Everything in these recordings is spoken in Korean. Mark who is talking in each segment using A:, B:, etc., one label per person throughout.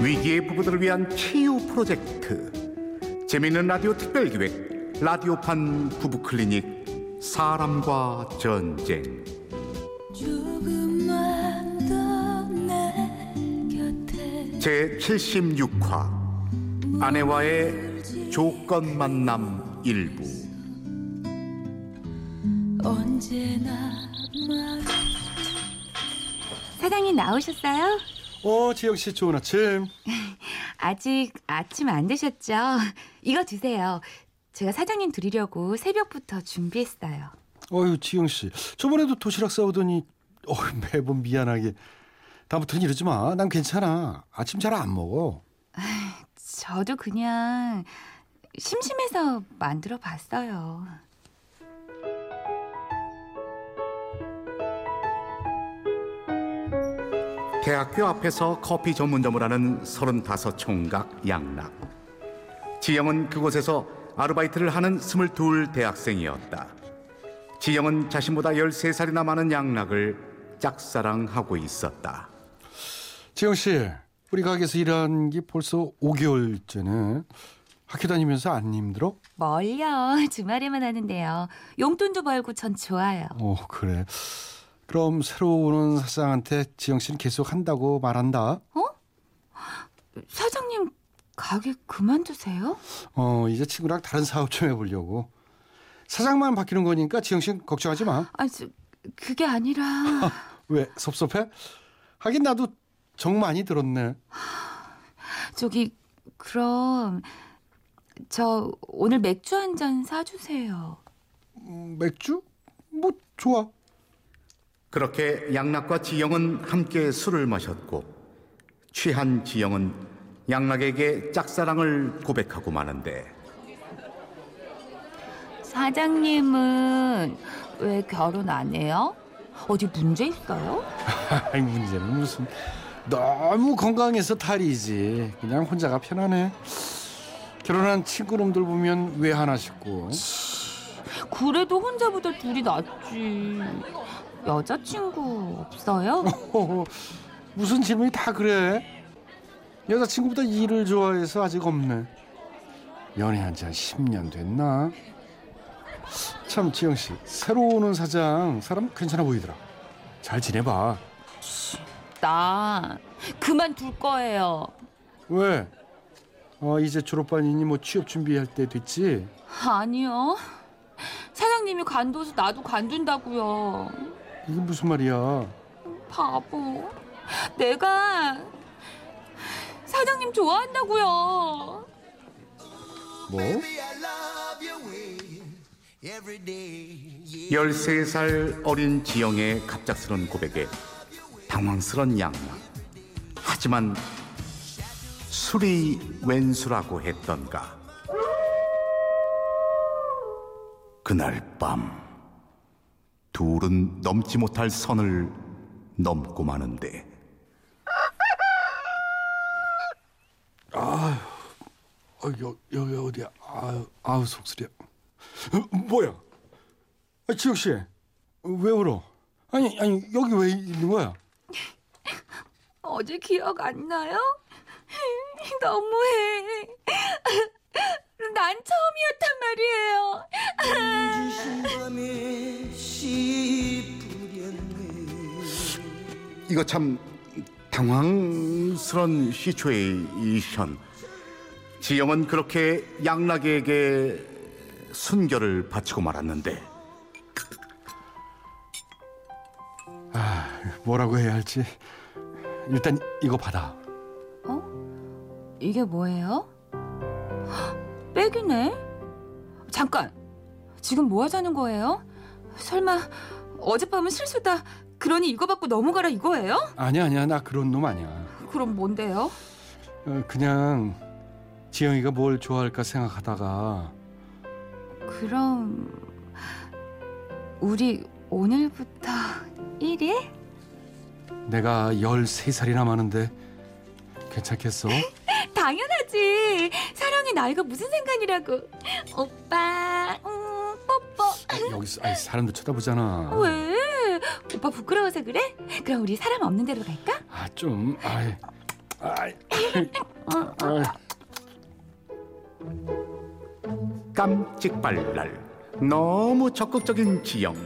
A: 위기의 부부들을 위한 치유 프로젝트 재미있는 라디오 특별기획 라디오판 부부클리닉 사람과 전쟁
B: 조금만 더 내 곁에
A: 제 76화 아내와의 조건 만남 일부
B: 언제나 말
C: 사장님 나오셨어요?
D: 어, 지영 씨 좋은 아침.
C: 아직 아침 안 드셨죠? 이거 드세요. 제가 사장님 드리려고 새벽부터 준비했어요.
D: 어유, 지영 씨. 저번에도 도시락 싸오더니 어, 매번 미안하게. 다음부터는 이러지 마. 난 괜찮아. 아침 잘 안 먹어.
C: 저도 그냥 심심해서 만들어 봤어요.
A: 대학교 앞에서 커피 전문점을 하는 35 총각 양락 지영은 그곳에서 아르바이트를 하는 22 대학생이었다 지영은 자신보다 13살이나 많은 양락을 짝사랑하고 있었다
D: 지영 씨, 우리 가게에서 일한 게 벌써 5개월째네. 학교 다니면서 안 힘들어?
C: 멀려 주말에만 하는데요. 용돈도 벌고 전 좋아요.
D: 어, 그래. 그럼 새로 오는 사장한테 지영 씨는 계속 한다고 말한다.
C: 사장님 가게 그만두세요?
D: 어, 이제 친구랑 다른 사업 좀 해보려고. 사장만 바뀌는 거니까 지영 씨는 걱정하지 마.
C: 아, 저, 그게 아니라
D: 왜 섭섭해? 하긴 나도 정 많이 들었네.
C: 저기 그럼 저 오늘 맥주 한 잔 사주세요.
D: 음, 맥주? 뭐 좋아.
A: 그렇게 양락과 지영은 함께 술을 마셨고 취한 지영은 양락에게 짝사랑을 고백하고 마는데
C: 사장님은 왜 결혼 안 해요? 어디 문제 있어요?
D: 아이 문제는 무슨 너무 건강해서 탈이지. 그냥 혼자가 편하네. 결혼한 친구놈들 보면 왜 하나 싶고.
C: 그래도 혼자보다 둘이 낫지. 여자친구 없어요?
D: 호호, 무슨 질문이 다 그래. 여자친구보다 일을 좋아해서 아직 없네. 연애한 지 한 10년 됐나? 참 지영 씨 새로 오는 사장 사람 괜찮아 보이더라. 잘 지내봐.
C: 나 그만둘 거예요.
D: 왜? 어, 이제 졸업반이니 뭐 취업 준비할 때 됐지?
C: 아니요. 사장님이 관둬서 나도 관둔다고요.
D: 이게 무슨 말이야? 어,
C: 바보. 내가 사장님 좋아한다고요.
D: 뭐?
E: I love your way every day.
A: 13살 어린 지영의 갑작스런 고백에 당황스런 양락 하지만 술이 왼수라고 했던가 그날 밤 둘은 넘지 못할 선을 넘고 마는데
D: 어, 여, 여기 어디야? 아유, 아우 속쓰려. 어, 뭐야? 아, 지혁 씨, 왜 울어? 아니, 아니 여기 왜 있는 거야?
C: 어제 기억 안 나요? 너무해. 난 처음이었단 말이에요.
A: 이거 참 당황스런 시츄에이션. 지영은 그렇게 양락에게 순결을 바치고 말았는데
D: 뭐라고 해야 할지 일단 이거 받아.
C: 어? 이게 뭐예요? 백이네? 잠깐. 지금 뭐 하자는 거예요? 설마 어젯밤은 실수다. 그러니 이거 받고 넘어가라 이거예요?
D: 아니야, 아니야, 나 그런 놈 아니야.
C: 그럼 뭔데요?
D: 어, 그냥 지영이가 뭘 좋아할까 생각하다가
C: 그럼 우리 오늘부터 1일?
D: 내가 13살이나 많은데 괜찮겠어?
C: 당연하지. 사랑의 나이가 무슨 상관이라고. 오빠, 음, 뽀뽀.
D: 여기서 아이, 사람들 쳐다보잖아.
C: 왜? 오빠 부끄러워서 그래? 그럼 우리 사람 없는 데로 갈까?
D: 아, 좀. 아이. 아이,
A: 깜찍발랄 너무 적극적인 지영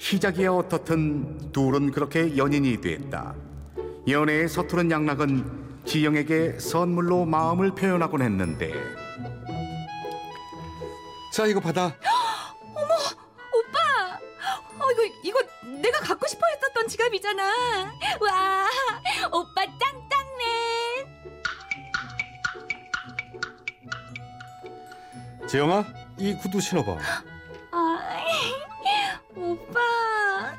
A: 시작이야 어떻든 둘은 그렇게 연인이 됐다 연애에 서투른 양락은 지영에게 선물로 마음을 표현하곤 했는데
D: 자 이거 받아.
C: 오빠! 어, 이거, 이거 내가 갖고 싶어 했었던 지갑이잖아. 와, 오빠 짱짱맨!
D: 재영아 이 구두 신어봐.
C: 아, 오빠,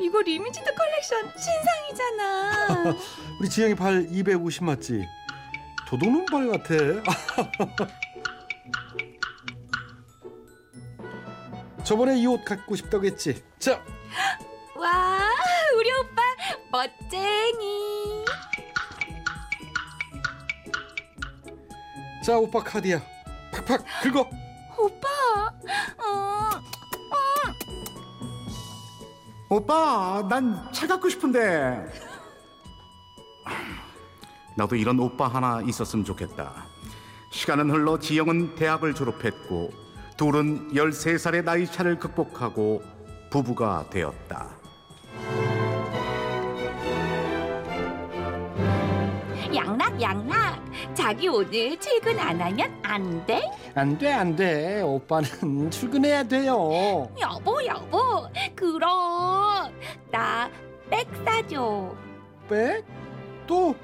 C: 이거 리미티드 컬렉션 신상이잖아.
D: 우리 지영이 발 250 맞지? 도둑놈 발 같아. 저번에 이 옷 갖고 싶다고 했지? 자,
C: 와, 우리 오빠 멋쟁이.
D: 자 오빠 카드야. 팍팍 긁어.
C: 오빠, 어,
A: 오빠 난 차 갖고 싶은데 나도 이런 오빠 하나 있었으면 좋겠다 시간은 흘러 지영은 대학을 졸업했고 둘은 13살의 나이 차를 극복하고 부부가 되었다
C: 양락 양락. 자기 오늘 출근 안 하면 안 돼?
D: 안 돼, 안 돼. 오빠는 출근해야 돼요.
C: 여보 여보, 그럼 나 백 사줘.
D: 백? 또?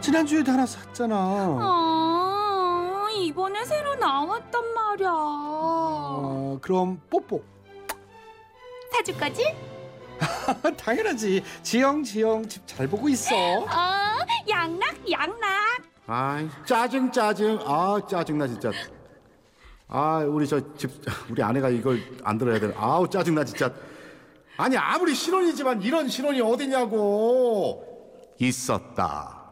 D: 지난주에도 하나
C: 어.
D: 샀잖아.
C: 아, 이번에 새로 나왔단 말이야.
D: 어, 그럼 뽀뽀.
C: 사줄 거지?
D: 당연하지. 지영, 지영 집 잘 보고 있어.
C: 어, 양락 양락.
A: 아 짜증 짜증 아 짜증나 진짜 아 우리 저 집 우리 아내가 이걸 안 들어야 되나 아우 짜증나 진짜 아니 아무리 신혼이지만 이런 신혼이 어디냐고 있었다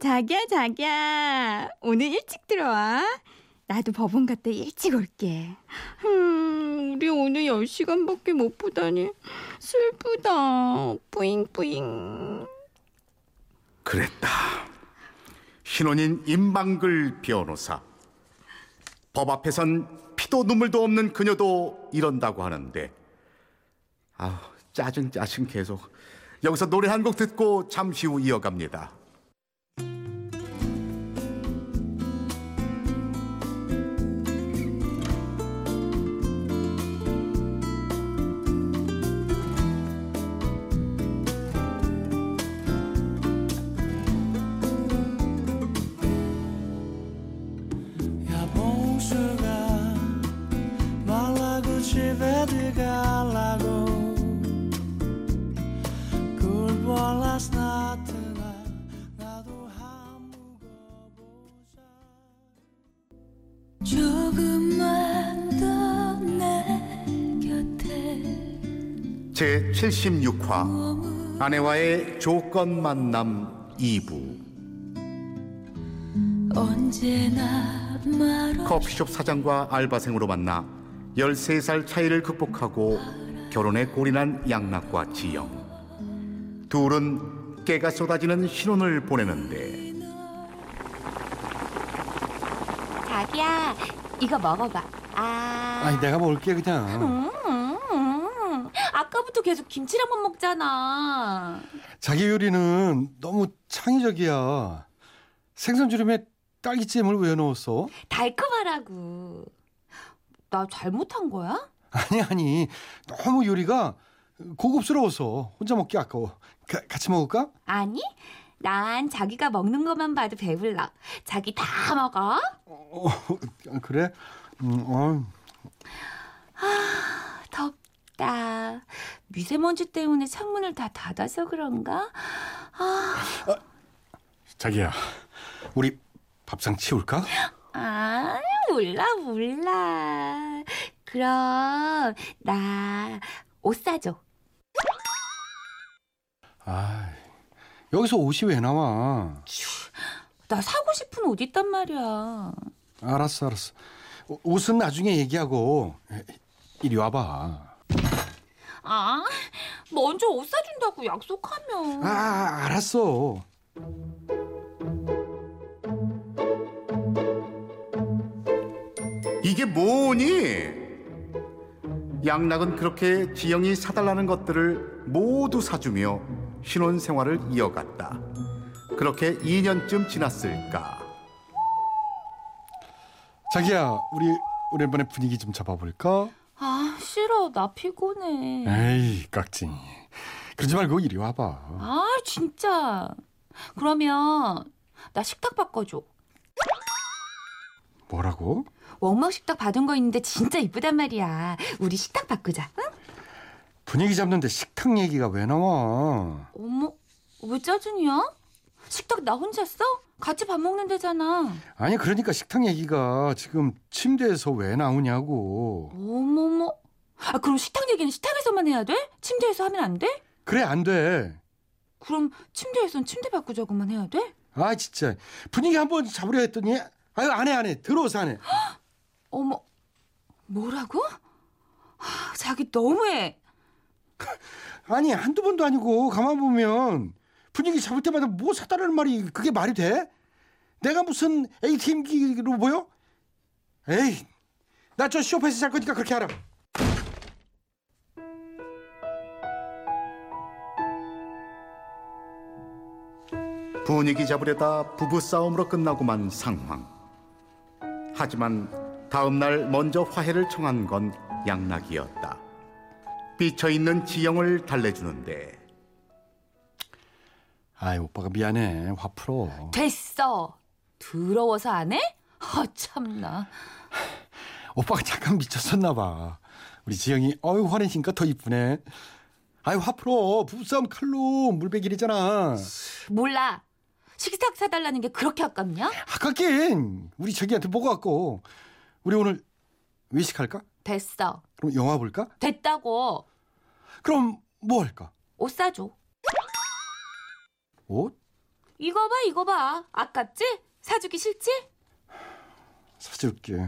F: 자기야, 자기야. 오늘 일찍 들어와. 나도 법원 갔다 일찍 올게. 음, 우리 오늘 10시간밖에 못 보다니. 슬프다. 뿌잉뿌잉.
A: 그랬다. 신혼인 임방글 변호사. 법 앞에선 피도 눈물도 없는 그녀도 이런다고 하는데. 아, 짜증 짜증 계속. 여기서 노래 한 곡 듣고 잠시 후 이어갑니다.
G: 야 봉수가 말라고 집에 들어가라고 굴보 last night나 나도 한 묵어보자
B: 조금만 더 내 곁에
A: 제 76화
B: 머물
A: 아내와의 조건 만남 2부.
B: 언제나 말없이
A: 커피숍 사장과 알바생으로 만나 13살 차이를 극복하고 결혼에 골인한 양락과 지영 둘은 깨가 쏟아지는 신혼을 보내는데
C: 자기야, 이거 먹어봐. 아,
D: 아니, 내가 먹을게, 그냥.
C: 음, 음. 아까부터 계속 김치랑만 먹잖아.
D: 자기 요리는 너무 창의적이야. 생선 주름에 딸기잼을 왜 넣었어?
C: 달콤하라고. 나 잘못한 거야?
D: 아니, 아니. 너무 요리가 고급스러워서 혼자 먹기 아까워. 가- 같이 먹을까?
C: 아니, 난 자기가 먹는 것만 봐도 배불러. 자기 다 먹어.
D: 어, 그래? 음, 어.
C: 덥다. 미세먼지 때문에 창문을 다 닫아서 그런가? 아,
D: 자기야, 우리 밥상 치울까?
C: 아, 몰라, 몰라. 그럼, 나 옷 사줘.
D: 아, 여기서 옷이 왜 나와?
C: 나 사고 싶은 옷 있단 말이야.
D: 알았어, 알았어. 오- 옷은 나중에 얘기하고 이리 와봐.
C: 아, 먼저 옷 사준다고 약속하면.
D: 아, 알았어.
A: 이게 뭐니? 양락은 그렇게 지영이 사달라는 것들을 모두 사주며 신혼 생활을 이어갔다. 그렇게 2년쯤 지났을까?
D: 자기야, 우리 오랜만에 분위기 좀 잡아볼까?
C: 아, 싫어. 나 피곤해.
D: 에이, 깍쟁이. 그러지 말고 이리 와봐.
C: 아, 진짜. 그러면 나 식탁 바꿔줘.
D: 뭐라고?
C: 원막 식탁 받은 거 있는데 진짜 이쁘단 말이야. 우리 식탁 바꾸자. 응?
D: 분위기 잡는데 식탁 얘기가 왜 나와?
C: 어머, 왜 짜증이야? 식탁 나 혼자 써? 같이 밥 먹는 데잖아.
D: 아니, 그러니까 식탁 얘기가 지금 침대에서 왜 나오냐고.
C: 어머머. 아, 그럼 식탁 얘기는 식탁에서만 해야 돼? 침대에서 하면 안 돼?
D: 그래, 안 돼.
C: 그럼 침대에선 침대 바꾸자고만 해야 돼?
D: 아, 진짜. 분위기 한번 잡으려 했더니, 아유, 안 해, 안 해. 들어오서 안 해.
C: 어머, 뭐라고? 아, 자기 너무해.
D: 아니 한두 번도 아니고 가만 보면 분위기 잡을 때마다 뭐 사다라는 말이 그게 말이 돼? 내가 무슨 ATM기로 보여? 에이 나 저 쇼파에서 잘 거니까 그렇게 알아
A: 분위기 잡으려다 부부 싸움으로 끝나고만 상황. 하지만 다음 날 먼저 화해를 청한 건 양락이었다. 삐쳐 있는 지영을 달래주는데
D: 아이 오빠가 미안해 화 풀어
C: 됐어. 더러워서 안 해? 아, 참나.
D: 오빠가 잠깐 미쳤었나 봐 우리 지영이 어유 화내니까 더 이쁘네 아이 화 풀어 부부싸움 칼로 물베기리잖아
C: 몰라. 식탁 사달라는 게 그렇게 아깝냐?
D: 아깝긴 우리 저기한테 뭐가 아까워 우리 오늘 외식할까?
C: 됐어.
D: 그럼 영화 볼까?
C: 됐다고.
D: 그럼 뭐 할까?
C: 옷 사줘.
D: 옷?
C: 이거 봐, 이거 봐. 아깝지? 사주기 싫지?
D: 사줄게.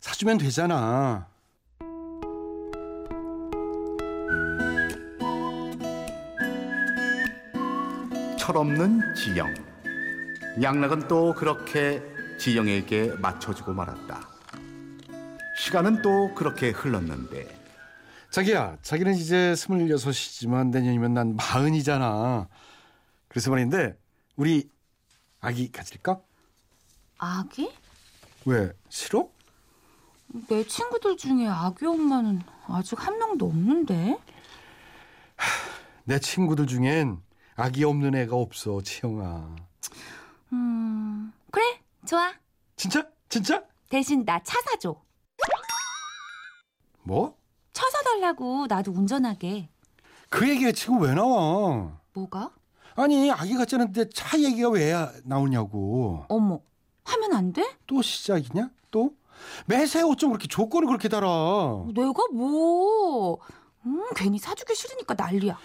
D: 사주면 되잖아.
A: 철없는 지영. 양락은 또 그렇게 지영에게 맞춰주고 말았다. 시간은 또 그렇게 흘렀는데
D: 자기야, 자기는 이제 스물여섯이지만 내년이면 난 마흔이잖아. 그래서 말인데 우리 아기 가질까?
C: 아기?
D: 왜 싫어?
C: 내 친구들 중에 아기 엄마는 아직 한 명도 없는데?
D: 내 친구들 중엔 아기 없는 애가 없어, 지영아.
C: 음, 그래, 좋아.
D: 진짜? 진짜?
C: 대신 나 차 사줘.
D: 뭐?
C: 차 사달라고, 나도 운전하게.
D: 그 얘기가 지금 왜 나와?
C: 뭐가?
D: 아니 아기 같자는데 차 얘기가 왜 나오냐고.
C: 어머, 하면 안 돼?
D: 또 시작이냐? 또? 매세 어쩜 그렇게 조건을 그렇게 달아?
C: 내가 뭐. 음, 괜히 사주기 싫으니까 난리야.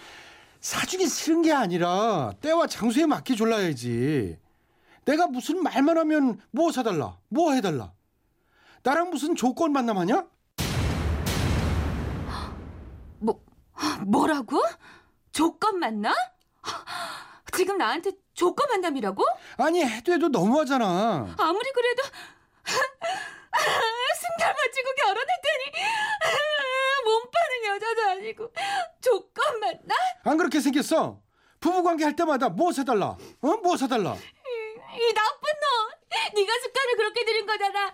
D: 사주기 싫은 게 아니라 때와 장소에 맞게 졸라야지. 내가 무슨 말만 하면 뭐 사달라, 뭐 해달라. 나랑 무슨 조건 만남하냐?
C: 뭐, 뭐라고? 조건 만나? 지금 나한테 조건 만남이라고?
D: 아니 해도 해도 너무하잖아.
C: 아무리 그래도 승달 맞추고 결혼했더니 몸 파는 여자도 아니고 조건 만나?
D: 안 그렇게 생겼어? 부부관계 할 때마다 뭐 사달라, 어? 뭐 사달라.
C: 이 나쁜 놈! 네가 습관을 그렇게 들인 거잖아.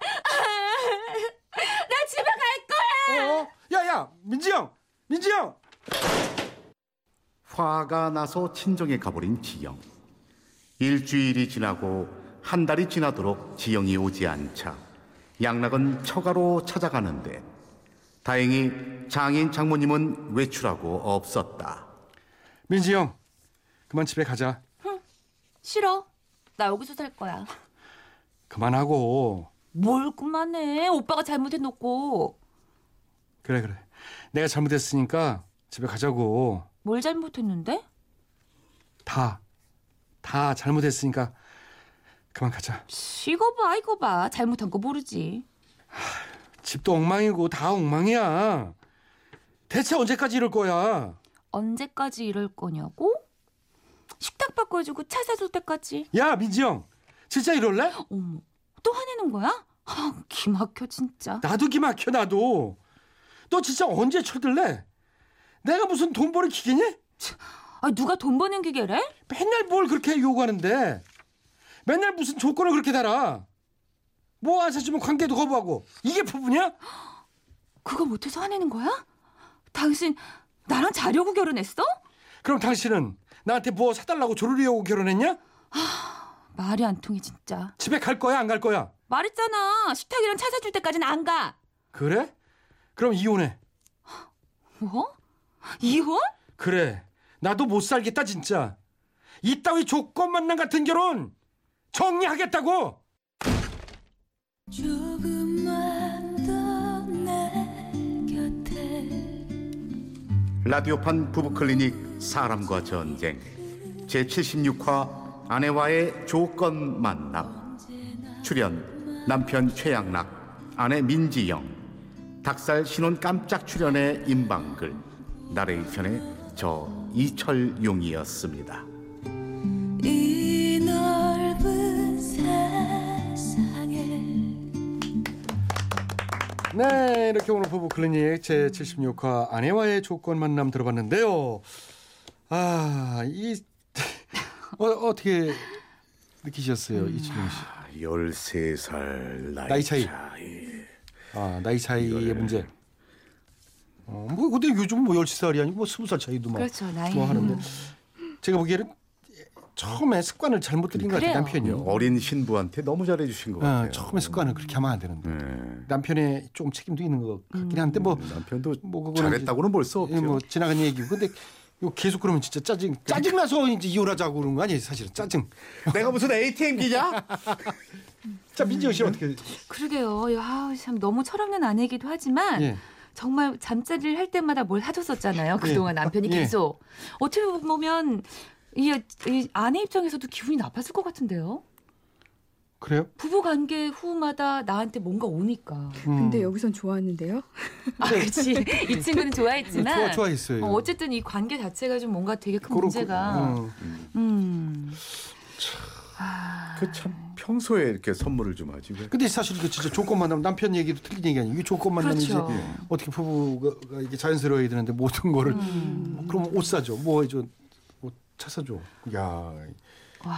C: 나 집에 갈 거야.
D: 어? 야야, 민지영, 민지영.
A: 화가 나서 친정에 가버린 지영. 일주일이 지나고 한 달이 지나도록 지영이 오지 않자 양락은 처가로 찾아가는데 다행히 장인 장모님은 외출하고 없었다.
D: 민지영, 그만 집에 가자.
C: 싫어. 나 여기서 살 거야.
D: 그만하고
C: 뭘 그만해. 오빠가 잘못해놓고.
D: 그래 그래 내가 잘못했으니까 집에 가자고
C: 뭘 잘못했는데?
D: 다 다 잘못했으니까 그만 가자
C: 이거 봐, 이거 봐. 잘못한 거 모르지.
D: 집도 엉망이고 다 엉망이야 대체 언제까지 이럴 거야
C: 언제까지 이럴 거냐고? 식탁 바꿔주고 차 사줄 때까지.
D: 야 민지영 진짜 이럴래?
C: 어머, 또 화내는 거야? 아, 기막혀 진짜.
D: 나도 기막혀 나도 너 진짜 언제 쳐들래? 내가 무슨 돈 버는 기계니?
C: 아, 누가 돈 버는 기계래?
D: 맨날 뭘 그렇게 요구하는데 맨날 무슨 조건을 그렇게 달아 뭐 안 사주면 관계도 거부하고 이게 부부냐?
C: 그거 못해서 화내는 거야? 당신 나랑 자려고 결혼했어?
D: 그럼 당신은 나한테 뭐 사달라고 조르려고 결혼했냐?
C: 말이 안 통해 진짜.
D: 집에 갈 거야 안 갈 거야?
C: 말했잖아. 식탁이랑 차 사줄 때까지는 안 가.
D: 그래? 그럼 이혼해
C: 뭐? 이혼?
D: 그래 나도 못 살겠다 진짜 이따위 조건 만남 같은 결혼 정리하겠다고
B: 조금만 더 내 곁에
A: 라디오판 부부클리닉 사람과 전쟁 제76화 아내와의 조건 만남 출연 남편 최양락 아내 민지영 닭살 신혼 깜짝 출연의 임방글 나레이션의 저 이철용이었습니다.
B: 이 넓은 세상에
D: 네, 이렇게 오늘 부부 클리닉 제 76화 아내와의 조건 만남 들어봤는데요. 아, 이 어, 어떻게 느끼셨어요,
C: 음.
D: 이춘영 씨?
A: 13살 나이,
D: 나이 차이. 아, 나이 차이의 문제. 어, 뭐 근데 요즘 뭐 10살이 아니고 뭐 20살 차이도 막
C: 그렇죠, 나이.
D: 뭐 하는데 제가 보기에는 처음에 습관을 잘못 들인 것 같아요,
C: 그래요.
D: 남편이요.
A: 음. 어린 신부한테 너무 잘해주신 것
D: 아,
A: 같아요.
D: 처음에 습관을 그렇게 하면 안 되는데
A: 네. 음.
D: 남편의 조금 책임도 있는 것 같긴 한데 뭐
A: 남편도
D: 뭐 그거는
A: 잘했다고는 볼 수 없죠.
D: 예, 뭐 지나간 얘기고 근데 이거 계속 그러면 진짜 짜증
A: 그러니까.
D: 짜증 나서 이제 이혼하자고 그러는 거 아니에요 사실은 짜증.
A: 내가 무슨 ATM기냐?
D: 자 민지영 씨는 어떻게?
C: 그러게요. 야, 참 너무 철없는 아내이기도 하지만
D: 예.
C: 정말 잠자리를 할 때마다 뭘 사줬었잖아요. 그동안 남편이
D: 예.
C: 계속 어떻게 보면 이, 이 아내 입장에서도 기분이 나빴을 것 같은데요.
D: 그래요?
C: 부부 관계 후마다 나한테 뭔가 오니까.
D: 음.
F: 근데 여기선 좋았는데요.
H: 네.
C: 아, 그렇지. 이 친구는 좋아했지만
D: 네. 좋아 좋아했어요.
C: 어, 쨌든이 관계 자체가 좀 뭔가 되게 큰
D: 그렇고,
C: 문제가.
D: 어.
C: 음. 아.
A: 그 참 평소에 이렇게 선물을 좀 하지 왜?
D: 근데 사실 그 진짜 조건 만나면 남편 얘기도 틀린 얘기 아니에요. 이 조건 만나면
C: 그렇죠.
D: 이제 예. 어떻게 부부가 이게 자연스러워야 되는데 모든 거를
C: 음.
D: 그럼 옷 사줘, 뭐 해줘, 뭐차 사줘. 야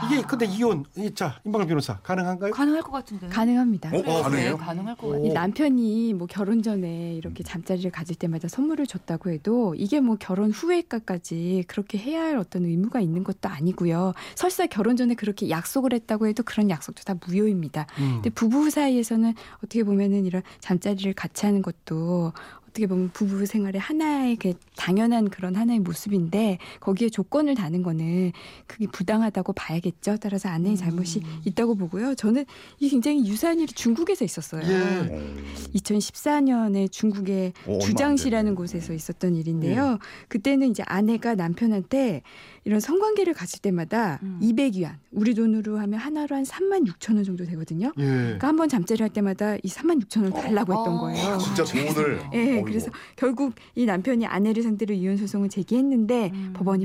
D: 이게 근데 이혼 이- 자 임방울 변호사 가능한가요?
C: 가능할 것 같은데.
H: 가능합니다.
A: 어,
C: 그래요?
A: 가능해요?
C: 네, 가능할 것
D: 어.
C: 같아요.
H: 이 남편이 뭐 결혼 전에 이렇게 잠자리를 가질 때마다 선물을 줬다고 해도 이게 뭐 결혼 후에까지 그렇게 해야 할 어떤 의무가 있는 것도 아니고요. 설사 결혼 전에 그렇게 약속을 했다고 해도 그런 약속도 다 무효입니다.
D: 음.
H: 근데 부부 사이에서는 어떻게 보면은 이런 잠자리를 같이 하는 것도 어떻게 보면 부부 생활의 하나의 그 당연한 그런 하나의 모습인데 거기에 조건을 다는 거는 그게 부당하다고 봐야겠죠. 따라서
A: 음.
H: 아내의 잘못이 있다고 보고요. 저는 이 굉장히 유사한 일이 중국에서 있었어요.
D: 예.
H: 2014년에 중국의
A: 어, 얼마 안
H: 주장시라는
A: 됐네. 예.
H: 곳에서 있었던 일인데요. 그때는 이제 아내가 남편한테 이런 성관계를 가질 때마다
C: 음.
H: 200위안, 우리 돈으로 하면 하나로 한 3만 6천 원 정도 되거든요.
D: 예.
H: 그러니까 한 번 잠자리 할 때마다 이 3만 6천 원 달라고 했던
C: 어.
H: 거예요.
A: 진짜 돈을.
D: 아,
H: 예, 그래서 결국 이 남편이 아내를 상대로 이혼 소송을 제기했는데
C: 음.
H: 법원이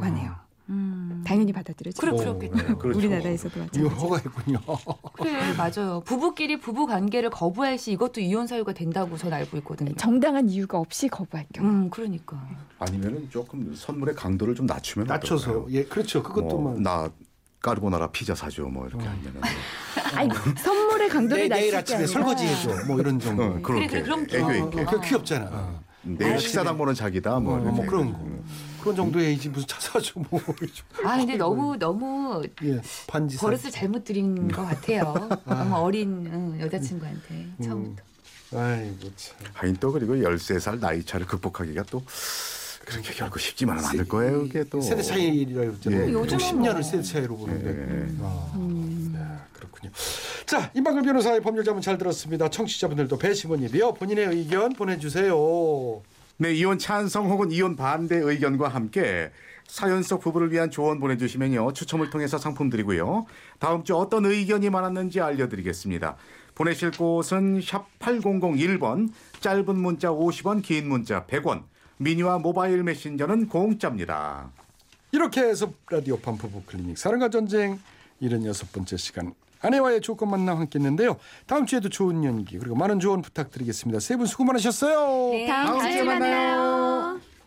D: 음.
H: 하네요.
C: 음.
H: 당연히 받아들여죠.
C: 그래,
D: 오,
C: 그렇겠네요.
A: 그렇죠.
H: 우리나라에서도
D: 어, 이거
H: 마찬가지.
D: 허가했군요.
C: 그래 맞아요. 부부끼리 부부 관계를 거부할 시 이것도 이혼 사유가 된다고 전 알고 있거든요.
H: 정당한 이유가 없이 거부할 경우.
C: 음 그러니까.
A: 아니면은 조금 선물의 강도를 좀 낮추면
D: 낮춰서
A: 어떨까요?
D: 예 그렇죠 그것도
A: 뭐,
D: 막 어.
A: 나 까르보나라 피자 사줘 뭐 이렇게 하면은
H: 아니 선물의
C: 음.
H: 강도를
D: 내,
H: 낮추지
D: 내일 아침에
H: 않아요.
D: 설거지해줘 뭐 이런 정도
A: 어, 그렇게
C: 그래,
H: 그러니까
C: 그럼
A: 애교 있게
D: 그 귀엽잖아
C: 음.
D: 어.
A: 내일 식사 당번은 자기다 뭐,
D: 뭐,
A: 이렇게.
D: 그런 거
A: 음.
D: 그런 정도의 이제 무슨 차 사줘 뭐
C: 아 근데 너무 너무
D: 예, 반지 사
C: 버릇을 잘못 들인 것 음. 같아요. 너무 어린 응, 여자친구한테 처음부터.
D: 아이고 참
A: 하긴 또 그리고 13살 나이 차를 극복하기가 또 그렇게 결코 쉽지만은 않을 거예요 이게 또
D: 세대 차이라고
A: 예.
C: 요즘은
D: 했잖아요
C: 뭐. 음.
D: 10년을 세대 차이로 보는데
A: 예.
D: 아, 네, 그렇군요 자 임방글 변호사의 법률 자문 잘 들었습니다 청취자분들도 배심원님이요 본인의 의견 보내주세요
A: 네, 이혼 찬성 혹은 이혼 반대 의견과 함께 사연 속 부부를 위한 조언 보내주시면요. 추첨을 통해서 상품 드리고요. 다음 주 어떤 의견이 많았는지 알려드리겠습니다. 보내실 곳은 샵 8001번, 짧은 문자 50원, 긴 문자 100원, 미니와 모바일 메신저는 공짜입니다.
D: 이렇게 해서 라디오 팜프부 클리닉 사랑과 전쟁 76번째 시간 아내와의 조건 만남 함께 했는데요. 다음 주에도
C: 네,
D: 좋은 연기 그리고 많은 조언 부탁드리겠습니다. 세 분 수고 많으셨어요.
A: 다음 주에 만나요.